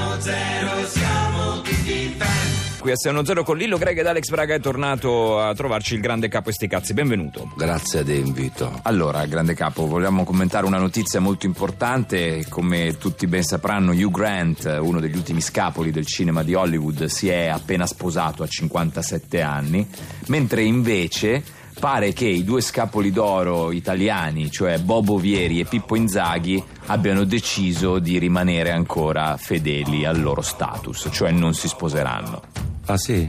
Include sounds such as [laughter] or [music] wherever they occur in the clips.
1-0 siamo tutti fan. Qui a 610 con Lillo Greg ed Alex Braga è tornato a trovarci il grande capo Esticazzi. Benvenuto. Grazie dell'invito. Allora, grande capo, vogliamo commentare una notizia molto importante. Come tutti ben sapranno, Hugh Grant, uno degli ultimi scapoli del cinema di Hollywood, si è appena sposato a 57 anni, mentre invece pare che i due scapoli d'oro italiani, cioè Bobo Vieri e Pippo Inzaghi, abbiano deciso di rimanere ancora fedeli al loro status, cioè non si sposeranno. Ah sì?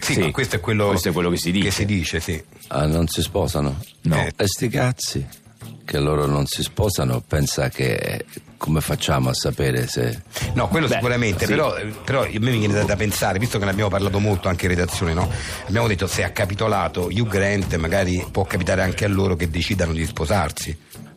Sì, Sì, ma questo è quello, questo è quello che si dice. Che si dice, sì. Ah, non si sposano? No. E sti cazzi che loro non si sposano, pensa che come facciamo a sapere se... No, quello Beh, sicuramente, sì. però, però a me mi viene da, da pensare, visto che ne abbiamo parlato molto anche in redazione, no? abbiamo detto se ha capitolato Hugh Grant, magari può capitare anche a loro che decidano di sposarsi.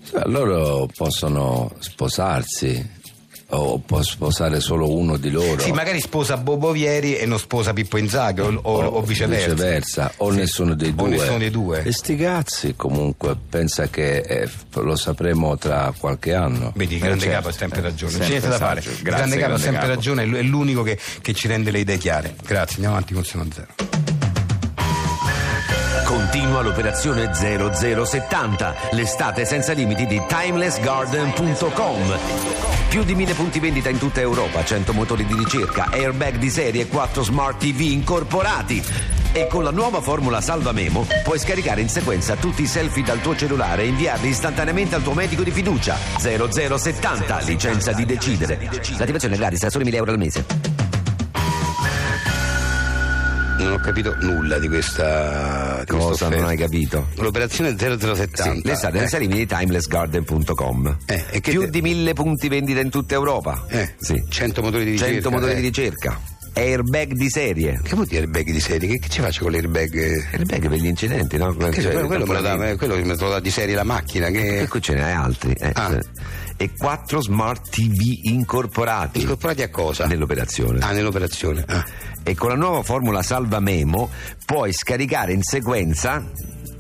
Cioè, loro possono sposarsi o può sposare solo uno di loro. Sì, magari sposa Bobo Vieri e non sposa Pippo Inzaghi o, o- o viceversa. o Sì. nessuno dei due. O nessuno dei due. E sti cazzi comunque, pensa che eh, lo sapremo tra qualche anno. Vedi, il grande Eh, certo. capo ha sempre ragione, non c'è sempre niente da fare. saggio. il Grazie, grande capo ha grande sempre capo. ragione, è l- è l'unico che, che ci rende le idee chiare. Grazie, andiamo avanti con Seno Zero. Continua l'operazione 0070, l'estate senza limiti di timelessgarden.com. Più di 1000 punti vendita in tutta Europa, 100 motori di ricerca, airbag di serie, 4 smart TV incorporati. E con la nuova formula Salva Memo puoi scaricare in sequenza tutti i selfie dal tuo cellulare e inviarli istantaneamente al tuo medico di fiducia. 0070, licenza di decidere. L'attivazione è gratis, a soli 1000 euro al mese. Non ho capito nulla di questa di questa Cosa offerta. non hai capito? L'operazione 0070. Sì, l'estate Eh. senza limiti di timelessgarden.com. Eh, e che Più te- di mille punti vendita in tutta Europa. Eh, Sì. 100 motori di 100 ricerca. motori eh. di ricerca. Airbag di serie. Che vuol dire airbag di serie? Che, che ci faccio con l'airbag? eh? Airbag per gli incidenti, no? Che- Cioè, quello, quello me lo dà, tamponamenti. eh, quello me lo dà di serie la macchina. E Che... qui ce ne hai altri. eh. Ah. E quattro smart TV incorporati Incorporati a cosa? nell'operazione. Ah, nell'operazione. Ah. E con la nuova formula Salva Memo puoi scaricare in sequenza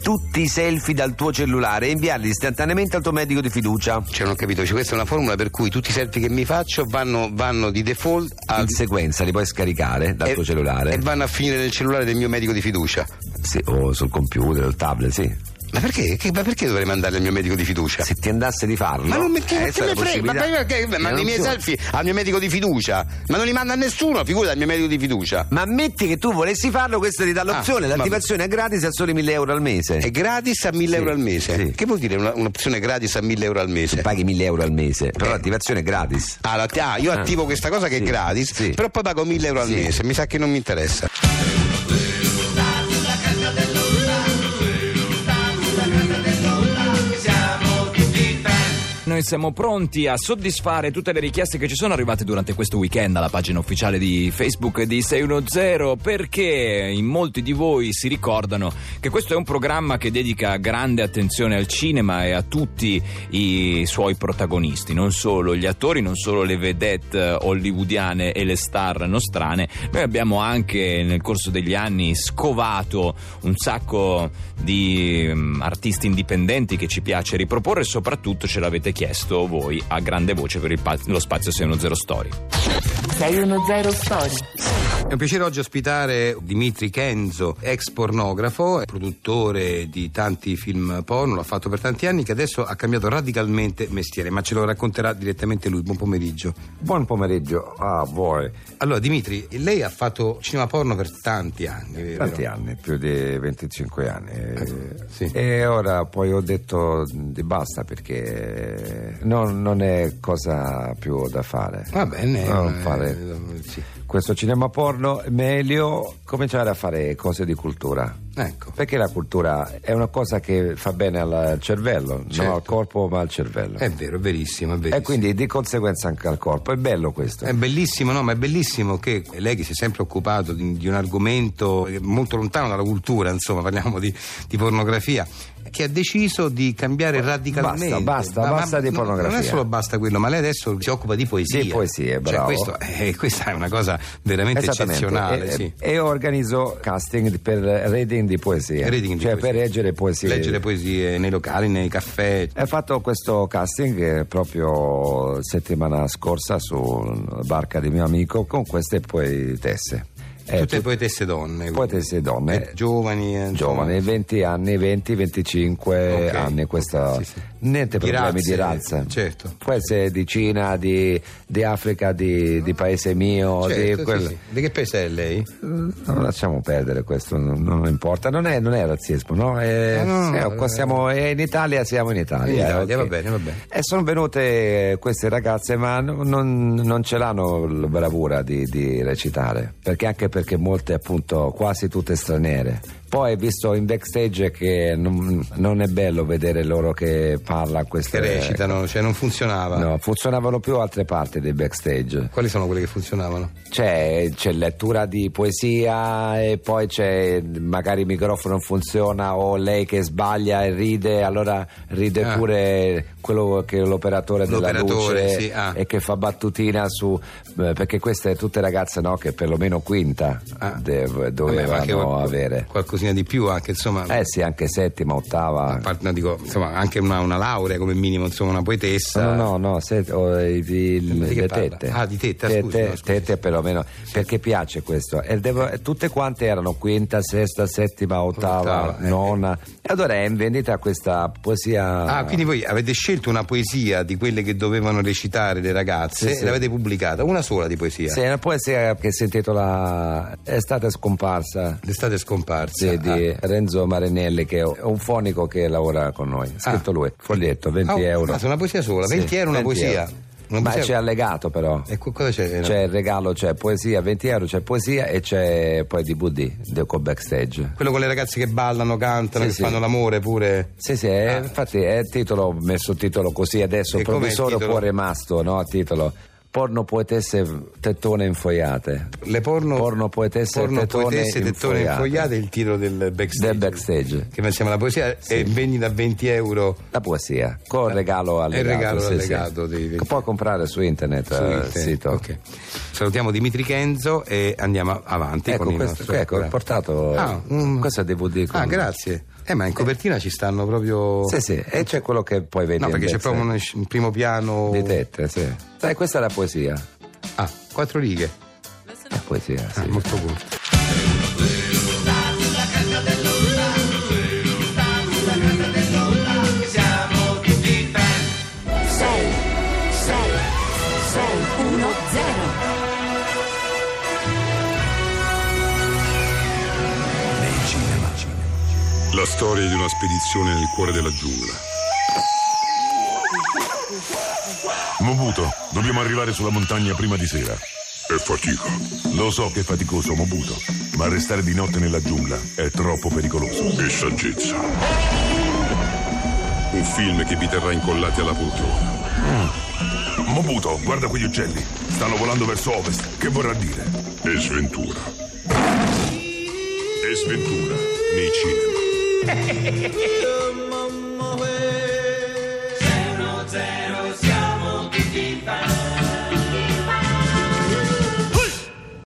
tutti i selfie dal tuo cellulare e inviarli istantaneamente al tuo medico di fiducia. Cioè, non ho capito, cioè, questa è una formula per cui tutti i selfie che mi faccio vanno, vanno Ah, di default al In sequenza li puoi scaricare dal e- tuo cellulare. e vanno a finire nel cellulare del mio medico di fiducia. Sì, o sul computer, o il tablet, sì. Ma perché? Che- ma perché dovrei mandarli al mio medico di fiducia? Se ti andasse di farlo. Ma non mi, eh, che, questa che è me la frega, ma, possibilità. ma- che- ma Eh, non i miei so. selfie al mio medico di fiducia, ma non li manda a nessuno, figura al mio medico di fiducia. Ma ammetti che tu volessi farlo, questa ti dà l'opzione. Ah, L'attivazione è gratis a soli 1000 euro al mese. È gratis a 1000 Sì, euro al mese. sì. Che vuol dire una- un'opzione gratis a 1000 euro al mese? Paghi 1000 euro al mese, però Eh. l'attivazione è gratis. Ah, la- ah, io attivo questa cosa che Sì, è gratis, sì. però poi pago 1000 euro al mese. Mi sa che non mi interessa. Siamo tutti fan. Noi siamo pronti a soddisfare tutte le richieste che ci sono arrivate durante questo weekend alla pagina ufficiale di Facebook di 610 perché in molti di voi si ricordano che questo è un programma che dedica grande attenzione al cinema e a tutti i suoi protagonisti, non solo gli attori, non solo le vedette hollywoodiane e le star nostrane. Noi abbiamo anche nel corso degli anni scovato un sacco di mm, artisti indipendenti che ci piace riproporre e soprattutto ce l'avete chiesto voi a grande voce per il pa- lo spazio 610 Story. 610 Story. È un piacere oggi ospitare Dimitri Kenzo, ex pornografo, produttore di tanti film porno, l'ha fatto per tanti anni, che adesso ha cambiato radicalmente mestiere, ma ce lo racconterà direttamente lui. Buon pomeriggio. Buon pomeriggio a voi. Allora Dimitri, lei ha fatto cinema porno per tanti anni, vero? Tanti anni, più di 25 anni. Eh, sì. E ora poi ho detto di basta perché non, non è cosa più da fare. Va bene. Non eh, fare eh, sì. questo cinema porno, meglio cominciare a fare cose di cultura. Ecco. Perché la cultura è una cosa che fa bene al cervello, non Certo. Eh, al corpo ma al cervello. È vero, è verissimo, è verissimo. e quindi di conseguenza anche al corpo. È bello questo. È bellissimo, no, ma è bellissimo che lei che si è sempre occupato di, di un argomento eh, molto lontano dalla cultura, insomma, parliamo di, di pornografia, che ha deciso di cambiare radicalmente. basta, basta di no, pornografia. Non è solo basta quello, ma lei adesso si occupa di poesia. Di poesie, bravo. Cioè, questo- eh, questa è [laughs] una cosa veramente Esattamente. eh, eccezionale. E, sì. e organizzo casting per reading di poesie, Reading di cioè poesie. per leggere poesie. Eh, Leggere poesie nei locali, nei caffè. Ho fatto questo casting eh, proprio settimana scorsa su una barca di mio amico con queste poetesse. Eh, Tutte poetesse donne. Poetesse donne. Eh, giovani. eh, insomma. Giovani, 20 anni, 20, 25 Ok. anni, questa, Sì, sì. niente Di problemi di razze, razza. certo. Può essere di Cina, di, di Africa, di, di paese mio, Certo, di sì, quello. sì. Di che paese è lei? No, lasciamo perdere questo, non, non importa. Non è, non è razzismo, Ah, no? È, Eh, no, sì, no, qua siamo- è in Italia siamo in Italia. In Italia, ok. va bene, va bene. E sono venute eh, queste ragazze, ma no- non, non ce l'hanno la bravura di, di recitare, perché anche perché molte, appunto, quasi tutte straniere. Poi, visto in backstage che non, non è bello vedere loro che eh. parlano Che queste recitano, cioè non funzionava. Eh. No, funzionavano più altre parti dei backstage. Quali sono quelle che funzionavano? C'è, c'è lettura di poesia e poi c'è magari il microfono non funziona o lei che sbaglia e ride, allora ride Ah. pure quello che è l'operatore della L'operatore, luce sì, ah. e che fa battutina su eh, perché queste tutte ragazze no, che perlomeno quinta Ah. dev- Vabbè, ma dovevano anche qual- avere. Qualcosina di più anche, insomma. Eh sì, anche settima, ottava. a parte- no, dico, insomma, anche una, una laurea come minimo, insomma, una poetessa. No, no, no, se- o, eh, di- Di che le parla? tette. Ah, di tette, ah, tette, scusi, no, scusi. tette perlomeno, perché piace questo. E devo- e tutte quante erano quinta, sesta, settima, ottava, Ottava, eh. nona. E allora è in vendita questa poesia. Ah, quindi voi avete scelto una poesia di quelle che dovevano recitare le ragazze Sì, e sì. l'avete pubblicata, una sola di poesia. Sì, è una poesia che si intitola È stata scomparsa. L'estate è scomparsa. Sì, di Renzo Marinelli, che è un fonico che lavora con noi. Ha scritto Ah. lui, foglietto, 20 Ah, euro. basta, una poesia sola, 20 euro una poesia. Una Ma poesia- c'è allegato però. E co- cosa c'è? c'è il regalo, c'è poesia, 20 euro, c'è poesia e c'è poi DVD de- con backstage. Quello con le ragazze che ballano, cantano, Sì, che sì. fanno l'amore pure. Sì, sì, è- infatti è il titolo, ho messo il titolo così adesso, Ah. E com'è il provvisorio titolo? poi rimasto, no? il Titolo. Porno poetesse tettone infoiate. Le porno, Porno poetesse, porno tettone poetesse, tettone infoiate. infogliate è il titolo del backstage. Del backstage. Che pensiamo alla poesia e vendi da 20 euro. La poesia, con il regalo E Eh, il allegato. regalo sì, sì. allegato dei 20 Che puoi comprare su internet, Su eh, internet. sito. Ok. Salutiamo Dimitri Kenzo e andiamo avanti Ecco, con il questo, nostro ecco, ho programma. portato cioè, Ah, un- questo è DVD. con- Ah, grazie. Eh, ma in copertina ci stanno proprio. Sì, sì, e c'è quello che poi vedi No, perché in c'è backstage. proprio un, un primo piano. Di tette, sì. Sai, questa è la poesia. Ah, quattro righe. La poesia, sì. Ah, molto corto. siamo tutti fan. 6 6 6 1 0 La storia di una spedizione nel cuore della giungla. Mobuto, dobbiamo arrivare sulla montagna prima di sera. È fatica. Lo so che è faticoso, Mobuto, ma restare di notte nella giungla è troppo pericoloso. E saggezza. Un film che vi terrà incollati alla poltrona. Mm. Mobuto, guarda quegli uccelli. Stanno volando verso ovest. Che vorrà dire? E sventura. E sventura nei cinema.